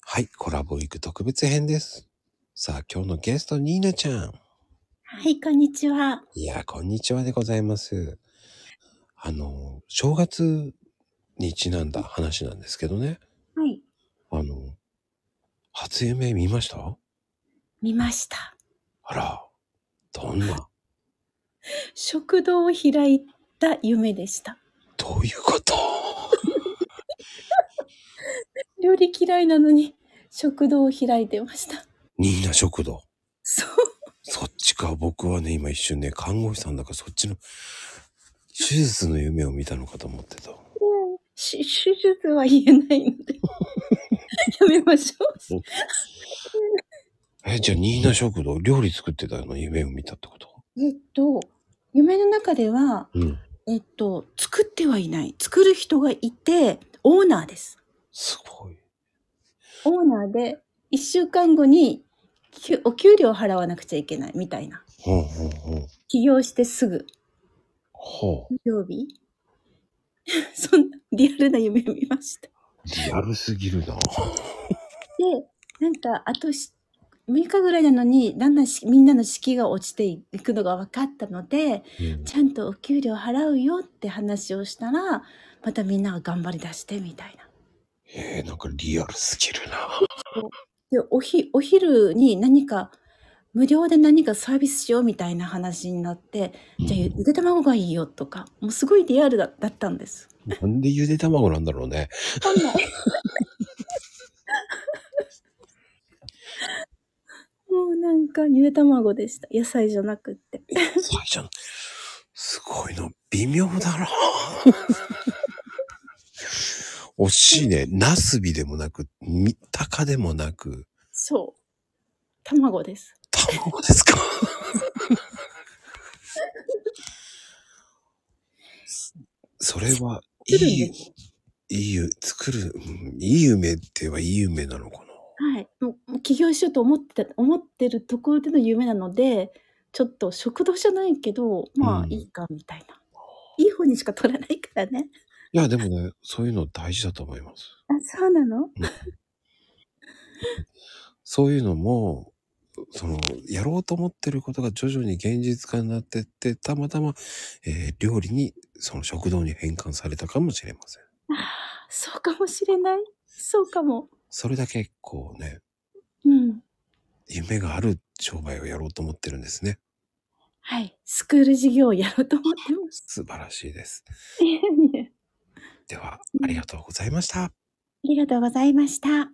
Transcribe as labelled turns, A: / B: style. A: はい、コラボウィーク特別編です。さあ、今日のゲスト、ニーナちゃん。
B: はい、こんにちは。
A: いや、こんにちはでございます。あの、正月にちなんだ話なんですけどね。
B: はい。
A: あの、初夢見ました
B: 見ました。
A: あら、どんな
B: 食堂を開いた夢でした。
A: どういうこと
B: 料理嫌いなのに食堂を開いてました。
A: ニーナ食堂。
B: そう。
A: そっちか。僕はね、今一瞬ね、看護師さんだからそっちの手術の夢を見たのかと思ってた。
B: し手術は言えないので。 やめましょう。
A: え、じゃあ、ニーナ食堂、料理作ってたの夢を見たってこと
B: えっと、夢の中では、
A: うん。
B: えっと、作ってはいない。作る人がいて、オーナーです。
A: すごい。
B: オーナーで、1週間後に、きお給料を払わなくちゃいけないみたいな。
A: ほうほうほう。
B: 起業してすぐ。
A: ほ
B: う。曜日 そんな、リアルな夢を見ました。
A: リアルすぎるな。で、
B: なんか、あとし6日ぐらいなのにだんだんみんなの式が落ちていくのが分かったので、
A: うん、
B: ちゃんとお給料払うよって話をしたらまたみんなが頑張りだしてみたいな。
A: えー、なんかリアルすぎるな。
B: でおひお昼に何か無料で何かサービスしようみたいな話になって、うん、じゃあゆで卵がいいよとかもうすごいリアルだだったんです。
A: なんでゆで卵なんだろうね。
B: わかんない。もうなんかゆで卵でした。野菜じゃなくって。
A: 野菜じゃん。すごいな。微妙だ な。惜しいね。なすびでもなく、み、たかでもなく。
B: そう。卵です。
A: 卵ですか。それは、いい、いい、作る、いい夢って言えばいい夢なのかな。
B: はい、もう起業しようと思って思ってるところでの夢なのでちょっと食堂じゃないけどまあいいかみたいな、うん、いい方にしか取らないからね
A: いやでもねそういうの大事だと思います
B: あそうな
A: う
B: の、
A: ん、そういうのもそのやろうと思ってることが徐々に現実化になってってたまたま、えー、料理にその食堂に変換されたかもしれません
B: あそうかもしれないそうかも
A: それだけこうね、
B: うん、
A: 夢がある商売をやろうと思ってるんですね。
B: はい、スクール事業をやろうと思ってます。
A: 素晴らしいです。
B: いやいや
A: では、ありがとうございました。あ
B: りがとうございました。